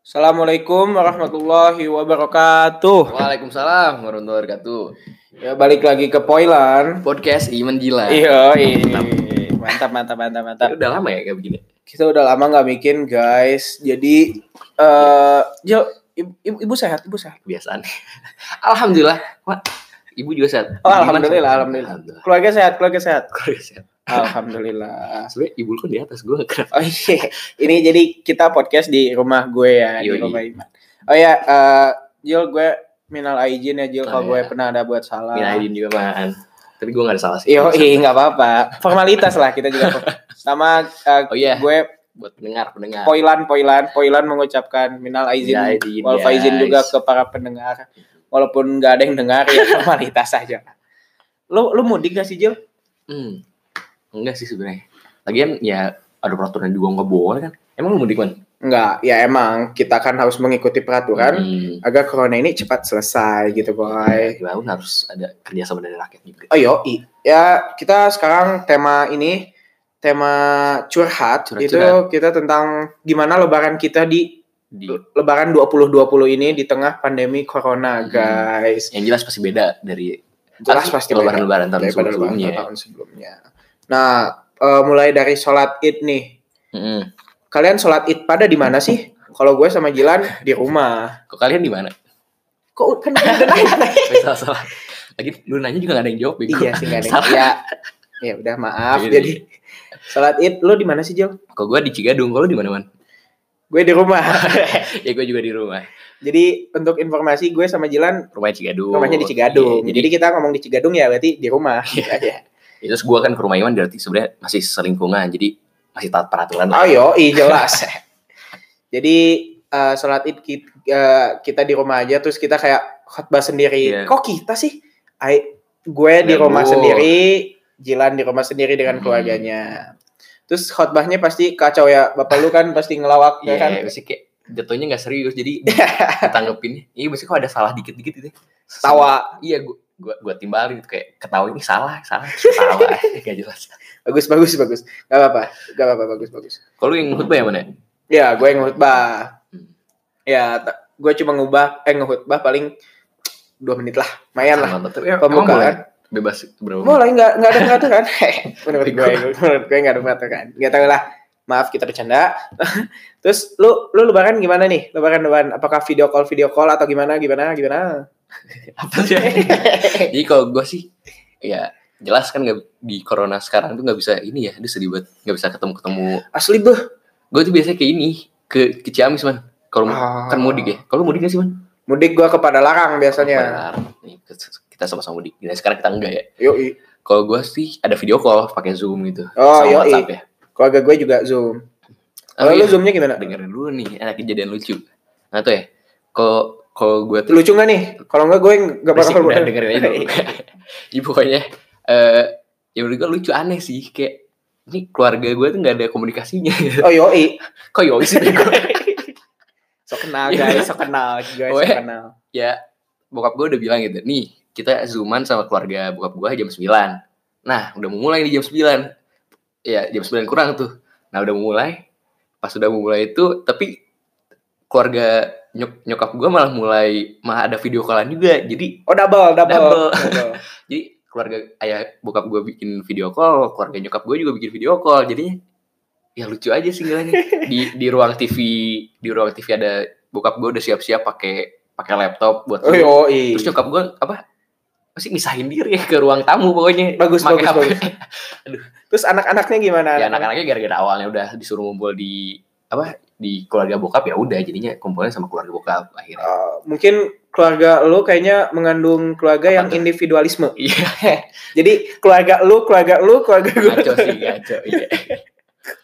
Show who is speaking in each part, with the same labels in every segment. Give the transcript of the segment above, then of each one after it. Speaker 1: Assalamualaikum warahmatullahi wabarakatuh.
Speaker 2: Waalaikumsalam warahmatullahi wabarakatuh.
Speaker 1: Ya balik lagi ke Poilan.
Speaker 2: Podcast Iman Gila.
Speaker 1: Iya, mantap, mantap, mantap, mantap.
Speaker 2: Udah lama ya kayak begini.
Speaker 1: Kita udah lama nggak bikin guys. Jadi, eh Jo, ibu, ibu sehat, ibu sehat.
Speaker 2: Kebiasaan. Alhamdulillah. Wah, ibu juga sehat.
Speaker 1: Oh,
Speaker 2: Iman
Speaker 1: alhamdulillah,
Speaker 2: sehat.
Speaker 1: alhamdulillah. Keluarga sehat, keluarga sehat.
Speaker 2: Keluarga sehat.
Speaker 1: Alhamdulillah.
Speaker 2: Sebenarnya ibu lu kan di atas gue
Speaker 1: Oh
Speaker 2: kenapa?
Speaker 1: iya, ini jadi kita podcast di rumah gue ya, di
Speaker 2: Yoi.
Speaker 1: rumah Iman. Oh ya, eh Jil, gue minal aijin ya Jil, kalau
Speaker 2: Oh,
Speaker 1: gue
Speaker 2: iya.
Speaker 1: pernah ada buat salah.
Speaker 2: Minta izin juga man. Tapi gue gak ada salah sih.
Speaker 1: Yo, nggak apa-apa. Formalitas lah kita juga. Sama eh,
Speaker 2: Oh iya.
Speaker 1: gue
Speaker 2: Buat pendengar pendengar.
Speaker 1: Poilan Poilan Poilan mengucapkan minal aizin
Speaker 2: Minal Iya, aizin,
Speaker 1: wal faizin
Speaker 2: guys.
Speaker 1: juga ke para pendengar. Walaupun nggak ada yang dengar ya formalitas aja. Lu lu mudik gak sih Jil?
Speaker 2: Hmm. Enggak sih sebenarnya. Lagian ya ada peraturan juga nggak boleh kan. Emang lu mudik man?
Speaker 1: Enggak, ya emang kita kan harus mengikuti peraturan
Speaker 2: Hmm.
Speaker 1: agar corona ini cepat selesai gitu, boy.
Speaker 2: Ya, Gimana pun harus ada kerjasama dari rakyat juga.
Speaker 1: Oh yoi. Ya, kita sekarang tema ini tema curhat,
Speaker 2: Curhat-curhat.
Speaker 1: itu kita tentang gimana lebaran kita di
Speaker 2: Di,
Speaker 1: lebaran 2020 ini di tengah pandemi corona,
Speaker 2: Hmm.
Speaker 1: guys.
Speaker 2: yang jelas pasti beda dari
Speaker 1: Jelas pasti
Speaker 2: lebaran lebaran
Speaker 1: beda
Speaker 2: tahun
Speaker 1: daripada lebaran
Speaker 2: sebelumnya.
Speaker 1: tahun sebelumnya. Nah, eh, mulai dari sholat Id nih.
Speaker 2: Mm-mm.
Speaker 1: Kalian sholat Id pada di mana sih? Kalau gue sama Jilan di rumah.
Speaker 2: Kok kalian di mana?
Speaker 1: Kok kan udah nanya.
Speaker 2: Weh, salah salah. Lagi lu nanya juga gak ada yang jawab bego.
Speaker 1: Iya sih nggak ada yang-
Speaker 2: Salah.
Speaker 1: Ya, ya udah maaf.
Speaker 2: Iya,
Speaker 1: Jadi sholat Id lu di mana sih, Jil?
Speaker 2: Kok gua di Cigadung, kalau di mana man?
Speaker 1: Gue di rumah.
Speaker 2: ya gua juga di rumah.
Speaker 1: Jadi untuk informasi gue sama Jilan
Speaker 2: Rumahnya Cigadung.
Speaker 1: rumahnya di Cigadung.
Speaker 2: Iya,
Speaker 1: jadi,
Speaker 2: jadi
Speaker 1: kita ngomong di Cigadung ya berarti di rumah. Iya.
Speaker 2: ya, terus gua kan ke rumah Iwan berarti sebenarnya masih selingkungan. Jadi masih taat peraturan lah.
Speaker 1: Ayo, i Oh, jelas. Jadi eh, sholat id ki- eh, kita, di rumah aja, terus kita kayak khotbah sendiri.
Speaker 2: Iya.
Speaker 1: Kok kita sih? Ai- gue di
Speaker 2: Dan
Speaker 1: rumah
Speaker 2: lu.
Speaker 1: sendiri, Jilan di rumah sendiri dengan
Speaker 2: Hmm.
Speaker 1: keluarganya. Terus khotbahnya pasti kacau ya. Bapak lu kan pasti ngelawak ya
Speaker 2: Iya,
Speaker 1: kan.
Speaker 2: mesti kayak jatuhnya gak serius jadi ditanggepin. Iya, mesti kok ada salah dikit-dikit gitu.
Speaker 1: Tawa.
Speaker 2: Iya, gua gua, gua timbalin gitu, kayak ketawa ini salah, salah, salah. gak jelas.
Speaker 1: Bagus bagus bagus. Gak apa-apa. Gak apa-apa bagus bagus.
Speaker 2: Kalau lu yang khutbah yang mana?
Speaker 1: Ya, gue yang khutbah.
Speaker 2: Hmm.
Speaker 1: Ya, ta- gue cuma ngubah eh ngehutbah paling dua menit lah. Lumayan lah.
Speaker 2: Sama, tapi emang
Speaker 1: Pembukaan.
Speaker 2: boleh? Bebas berapa?
Speaker 1: Mulai nggak nggak ada peraturan. menurut gue, menurut gue nggak ada peraturan. Nggak tahu lah. Maaf kita bercanda. Terus lu lu lebaran gimana nih? Lebaran lebaran apakah video call video call atau gimana gimana gimana?
Speaker 2: apa sih? Jadi kalau gue sih ya jelas kan nggak di corona sekarang tuh nggak bisa ini ya, aduh sedih banget nggak bisa ketemu ketemu.
Speaker 1: Asli beh.
Speaker 2: Gue tuh biasanya kayak ini ke ke Ciamis man. Kalau mu-
Speaker 1: Ah.
Speaker 2: kan mudik ya, kalau mudik gak sih man?
Speaker 1: Mudik gua kepada larang biasanya.
Speaker 2: Benar. Nih, ke- Kita sama-sama mudik. Nah, sekarang kita enggak ya.
Speaker 1: Yoi.
Speaker 2: Kalau gue sih ada video call pakai zoom gitu.
Speaker 1: Oh, yoi.
Speaker 2: sama WhatsApp ya.
Speaker 1: Keluarga gue juga zoom. Kalau
Speaker 2: Oh,
Speaker 1: lu
Speaker 2: iya.
Speaker 1: zoomnya gimana?
Speaker 2: dengerin dulu nih, ada kejadian lucu. Nah tuh ya, kalau kalau gue tuh
Speaker 1: Lucu nggak nih? Kalau nggak gue nggak bakal
Speaker 2: Berisik, udah
Speaker 1: keluar.
Speaker 2: dengerin aja dulu. Jadi pokoknya eh ya menurut gue lucu aneh sih kayak ini keluarga gue tuh nggak ada komunikasinya.
Speaker 1: Oh yoi.
Speaker 2: Kok yoi sih bego?
Speaker 1: So kenal guys, so kenal guys, so
Speaker 2: Weh.
Speaker 1: kenal.
Speaker 2: ya bokap gue udah bilang gitu, nih kita zooman sama keluarga bokap gue jam 9. Nah, udah mau mulai nih jam 9. Ya, jam 9 kurang tuh. Nah, udah mau mulai. Pas udah mau mulai itu tapi keluarga nyok- nyokap gue malah mulai malah ada video callan juga. Jadi
Speaker 1: Oh double, double.
Speaker 2: Double.
Speaker 1: double.
Speaker 2: jadi keluarga ayah bokap gue bikin video call keluarga nyokap gue juga bikin video call jadinya ya lucu aja sih ngeliatnya. di di ruang TV di ruang TV ada bokap gue udah siap-siap pakai pakai laptop buat
Speaker 1: Oh
Speaker 2: zoom.
Speaker 1: yoi.
Speaker 2: terus nyokap gue apa masih misahin diri ya ke ruang tamu pokoknya
Speaker 1: Bagus,
Speaker 2: Pakai
Speaker 1: bagus,
Speaker 2: HP.
Speaker 1: bagus. Terus anak-anaknya gimana?
Speaker 2: ya anak-anaknya gara-gara awalnya udah disuruh ngumpul di apa di keluarga bokap ya udah jadinya kumpulnya sama keluarga bokap akhirnya
Speaker 1: Eh, mungkin keluarga lu kayaknya mengandung keluarga
Speaker 2: Apa
Speaker 1: yang
Speaker 2: tuh?
Speaker 1: individualisme.
Speaker 2: iya
Speaker 1: Jadi keluarga lu, keluarga lu, keluarga gue.
Speaker 2: ngaco sih ngaco iya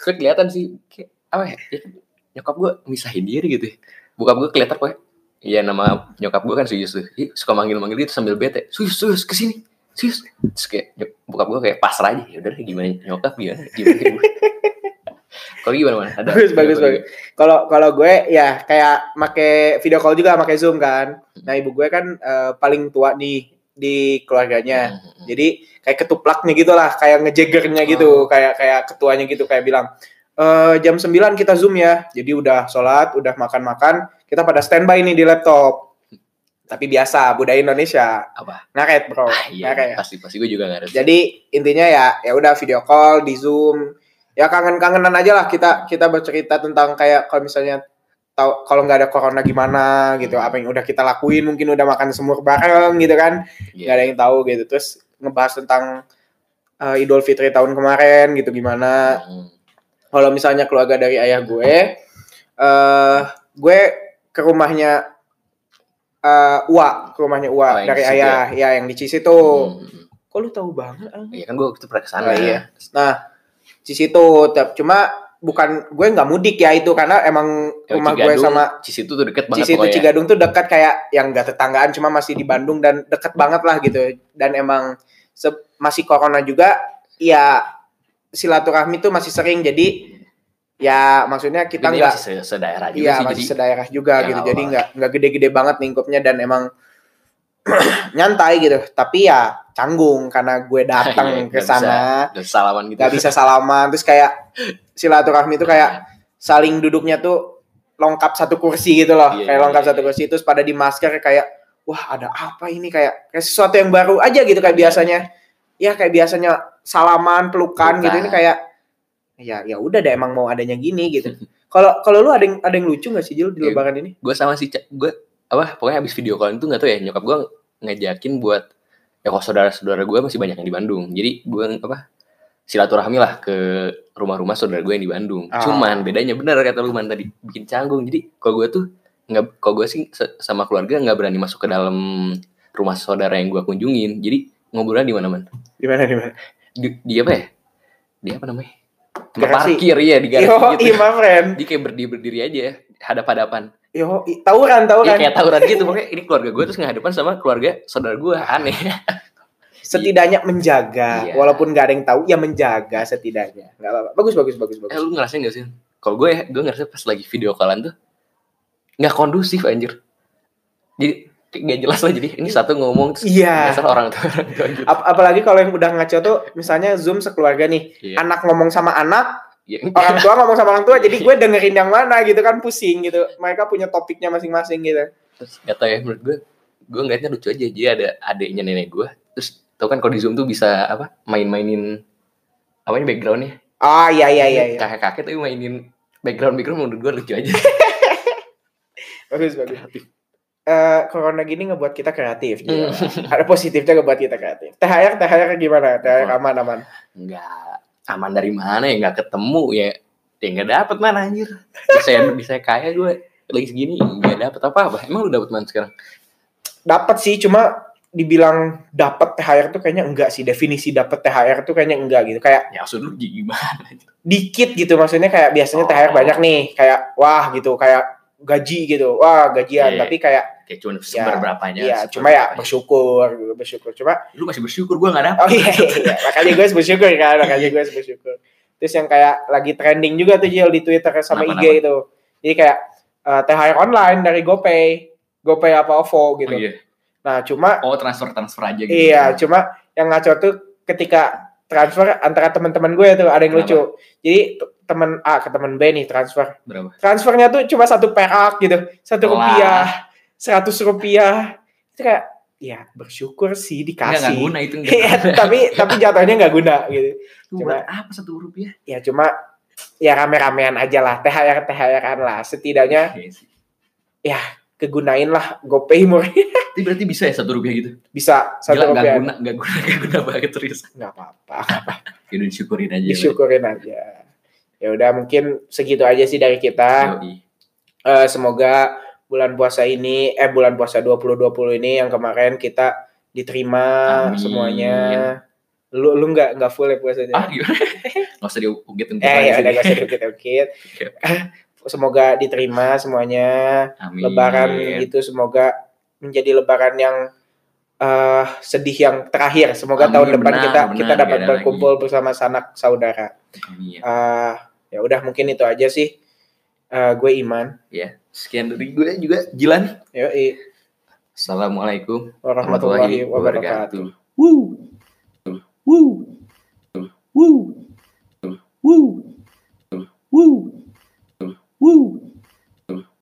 Speaker 2: Gue kelihatan sih kayak apa ya, ya kan nyokap gue misahin diri gitu ya bokap gue kelihatan kok iya nama nyokap gue kan suyus tuh Ih, suka manggil manggil gitu sambil bete suyus suyus kesini suyus terus kayak nyok- bokap gue kayak pasrah aja ya udah deh, gimana nyokap gimana gimana gimana. kalau gimana mana ada
Speaker 1: Bagus, bagus,
Speaker 2: ada-
Speaker 1: bagus. Kalau kalau gue ya kayak make video call juga, make zoom kan.
Speaker 2: Hmm.
Speaker 1: Nah ibu gue kan eh, paling tua nih di keluarganya.
Speaker 2: Mm-mm. Oh.
Speaker 1: Jadi kayak ketuplaknya gitu lah, kayak ngejegernya gitu, kayak kayak ketuanya gitu, kayak bilang, e, eh, jam 9 kita zoom ya. Jadi udah sholat, udah makan-makan, kita pada standby nih di laptop. Tapi biasa budaya Indonesia.
Speaker 2: Hmm. Apa?
Speaker 1: Ngaret, Bro.
Speaker 2: Ah, iya,
Speaker 1: Ngaret.
Speaker 2: pasti pasti gue juga ngaret.
Speaker 1: Jadi intinya ya ya udah video call di Zoom. Ya kangen-kangenan aja lah kita kita bercerita tentang kayak kalau misalnya tahu kalau nggak ada corona gimana gitu,
Speaker 2: Hmm.
Speaker 1: apa yang udah kita lakuin, mungkin udah makan semur bareng gitu kan. nggak
Speaker 2: Iya.
Speaker 1: ada yang tahu gitu. Terus ngebahas tentang eh, Idul Fitri tahun kemarin gitu gimana.
Speaker 2: Hmm.
Speaker 1: Kalau misalnya keluarga dari ayah gue eh gue ke rumahnya eh Ua, ke rumahnya
Speaker 2: Oh,
Speaker 1: Ua
Speaker 2: yang
Speaker 1: dari
Speaker 2: di situ
Speaker 1: ayah ya yang di Cisitu.
Speaker 2: Hmm.
Speaker 1: Kok lu tahu banget? Ang?
Speaker 2: Iya kan gue waktu itu pernah kesana
Speaker 1: Oh, iya. Nah, di situ tetap cuma bukan gue nggak mudik ya itu karena emang
Speaker 2: Yang
Speaker 1: rumah gue
Speaker 2: Oh, Cigadung,
Speaker 1: sama
Speaker 2: Cisitu tuh deket
Speaker 1: di
Speaker 2: banget
Speaker 1: situ
Speaker 2: pokoknya. ya.
Speaker 1: Cigadung tuh dekat kayak yang gak tetanggaan cuma masih di Bandung dan dekat banget lah gitu. Dan emang se- masih corona juga ya silaturahmi tuh masih sering jadi ya maksudnya
Speaker 2: Tapi
Speaker 1: kita
Speaker 2: dia
Speaker 1: nggak
Speaker 2: masih se- sedaerah juga
Speaker 1: Iya
Speaker 2: sih
Speaker 1: masih
Speaker 2: jadi
Speaker 1: sedaerah juga
Speaker 2: Ya
Speaker 1: gitu,
Speaker 2: Allah.
Speaker 1: jadi nggak nggak gede-gede banget lingkupnya dan emang nyantai gitu. Tapi ya canggung karena gue
Speaker 2: Iya,
Speaker 1: datang
Speaker 2: nggak
Speaker 1: ke sana,
Speaker 2: dan salaman gitu.
Speaker 1: nggak bisa salaman, terus kayak silaturahmi itu kayak saling duduknya tuh lengkap satu kursi gitu loh,
Speaker 2: Iya,
Speaker 1: kayak
Speaker 2: iya,
Speaker 1: lengkap
Speaker 2: iya,
Speaker 1: satu
Speaker 2: iya.
Speaker 1: kursi terus pada di masker kayak wah ada apa ini kayak kayak sesuatu yang baru aja gitu
Speaker 2: Iya.
Speaker 1: kayak biasanya. Ya kayak biasanya salaman, pelukan gitu ini
Speaker 2: Pelukan.
Speaker 1: kayak ya ya udah deh emang mau adanya gini gitu. Kalau kalau lu ada yang ada yang lucu gak sih Jil di
Speaker 2: Ya,
Speaker 1: lebaran ini?
Speaker 2: Gue sama si Ca- gue apa pokoknya habis video call itu nggak tahu ya nyokap gue ngajakin buat ya kalau saudara-saudara gue masih banyak yang di Bandung. Jadi gue apa silaturahmi lah ke rumah-rumah saudara gue yang di Bandung.
Speaker 1: Ah.
Speaker 2: Cuman bedanya bener kata lu man tadi bikin canggung. Jadi kalau gue tuh nggak kalau gue sih se- sama keluarga nggak berani masuk ke dalam rumah saudara yang gue kunjungin. Jadi ngobrolnya di mana man?
Speaker 1: Di mana di mana?
Speaker 2: Di, di apa ya? Di apa namanya? Tempat
Speaker 1: Garasi.
Speaker 2: parkir ya di
Speaker 1: Yo,
Speaker 2: garasi gitu.
Speaker 1: iya my friend.
Speaker 2: Dia kayak berdiri berdiri aja hadap hadapan.
Speaker 1: Yo, i- tawuran tawuran.
Speaker 2: Iya kayak tawuran gitu pokoknya ini keluarga gue terus ngehadapan sama keluarga saudara gue aneh.
Speaker 1: Setidaknya menjaga,
Speaker 2: Iya.
Speaker 1: walaupun gak ada yang tahu, ya menjaga setidaknya. Gak apa-apa. Bagus bagus bagus bagus.
Speaker 2: eh lu ngerasain gak sih? Kalau gue ya gue ngerasa pas lagi video callan tuh nggak kondusif anjir. Jadi gak jelas lah jadi ini satu ngomong terus
Speaker 1: Iya.
Speaker 2: nyasar orang tua orang tua gitu.
Speaker 1: Ap- apalagi kalau yang udah ngaco tuh, misalnya zoom sekeluarga nih,
Speaker 2: Iya.
Speaker 1: anak ngomong sama anak,
Speaker 2: Iya.
Speaker 1: orang tua ngomong sama orang tua, jadi gue dengerin yang mana gitu kan pusing gitu. Mereka punya topiknya masing-masing gitu.
Speaker 2: terus gak tau ya menurut gue gue ngeliatnya lucu aja jadi ada adiknya nenek gue terus tau kan kalau di zoom tuh bisa apa main-mainin apa ini backgroundnya
Speaker 1: Ah iya iya iya. iya.
Speaker 2: kakek-kakek tapi mainin background background menurut gue lucu aja
Speaker 1: Bagus bagus. Eh, corona gini ngebuat kita kreatif. gitu.
Speaker 2: Hmm.
Speaker 1: Ada positifnya ngebuat kita kreatif. THR THR gimana? THR aman aman.
Speaker 2: nggak aman dari mana ya nggak ketemu ya ya nggak dapet mana anjir bisa bisa kaya gue lagi segini nggak dapet apa apa emang lu dapet mana sekarang
Speaker 1: Dapat sih cuma dibilang dapat THR tuh kayaknya enggak sih definisi dapat THR tuh kayaknya enggak gitu kayak
Speaker 2: ya maksud lu gimana anjir?
Speaker 1: dikit gitu maksudnya kayak biasanya
Speaker 2: Oh.
Speaker 1: THR banyak nih kayak wah gitu kayak gaji gitu wah gajian
Speaker 2: Iya.
Speaker 1: tapi kayak
Speaker 2: kayak cuma seberapanya
Speaker 1: Ya, iya
Speaker 2: seberapapanya.
Speaker 1: cuma ya bersyukur gitu, bersyukur cuma
Speaker 2: lu masih bersyukur gue nggak dapet
Speaker 1: Oh iya, iya. makanya gue harus bersyukur kan, makanya gue harus bersyukur. Terus yang kayak lagi trending juga tuh Jil di Twitter sama
Speaker 2: Kenapa,
Speaker 1: IG itu. Jadi kayak eh, THR online dari GoPay, GoPay apa OVO gitu.
Speaker 2: oh, iya.
Speaker 1: Nah cuma,
Speaker 2: oh transfer transfer aja gitu
Speaker 1: iya cuma yang ngaco tuh ketika transfer antara teman-teman gue tuh ada yang
Speaker 2: Kenapa?
Speaker 1: lucu. Jadi t- teman A ke teman B nih transfer.
Speaker 2: berapa
Speaker 1: Transfernya tuh cuma satu perak gitu, satu
Speaker 2: Lah.
Speaker 1: rupiah, seratus rupiah. Itu kayak, ya bersyukur sih dikasih.
Speaker 2: nggak nggak guna itu nggak
Speaker 1: Iya, tapi tapi jatuhnya nggak guna gitu.
Speaker 2: Lu
Speaker 1: Cuma-
Speaker 2: buat apa satu rupiah
Speaker 1: Ya cuma ya rame-ramean aja lah, THR THRan lah. Setidaknya
Speaker 2: Iya sih.
Speaker 1: kegunain lah GoPay murni
Speaker 2: Tapi berarti bisa ya satu rupiah gitu
Speaker 1: bisa
Speaker 2: Gila
Speaker 1: satu ya.
Speaker 2: nggak
Speaker 1: rupiah.
Speaker 2: guna nggak guna nggak guna banget serius
Speaker 1: Nggak apa-apa,
Speaker 2: ya udah disyukurin aja
Speaker 1: disyukurin aja. Ya udah mungkin segitu aja sih dari kita.
Speaker 2: Yoi.
Speaker 1: Eh, semoga bulan puasa ini eh bulan puasa 2020 ini yang kemarin kita diterima
Speaker 2: Amin.
Speaker 1: semuanya. Lu lu nggak nggak full ya puasanya?
Speaker 2: ah gimana nggak usah diungkit-ungkit
Speaker 1: eh ya udah
Speaker 2: lagi sih.
Speaker 1: gak usah dikit-dikit.
Speaker 2: Oke.
Speaker 1: Semoga diterima semuanya.
Speaker 2: Amin.
Speaker 1: lebaran gitu semoga menjadi lebaran yang eh sedih yang terakhir semoga
Speaker 2: Amin,
Speaker 1: tahun depan
Speaker 2: benar,
Speaker 1: kita
Speaker 2: benar,
Speaker 1: kita dapat
Speaker 2: nggak ada
Speaker 1: berkumpul bersama sanak saudara
Speaker 2: Amin.
Speaker 1: Eh ya udah mungkin itu aja sih Eh gue iman
Speaker 2: Ya, sekian dari gue juga Jilan.
Speaker 1: Yoi.
Speaker 2: Assalamualaikum
Speaker 1: warahmatullahi wabarakatuh
Speaker 2: Woo. Woo. Woo.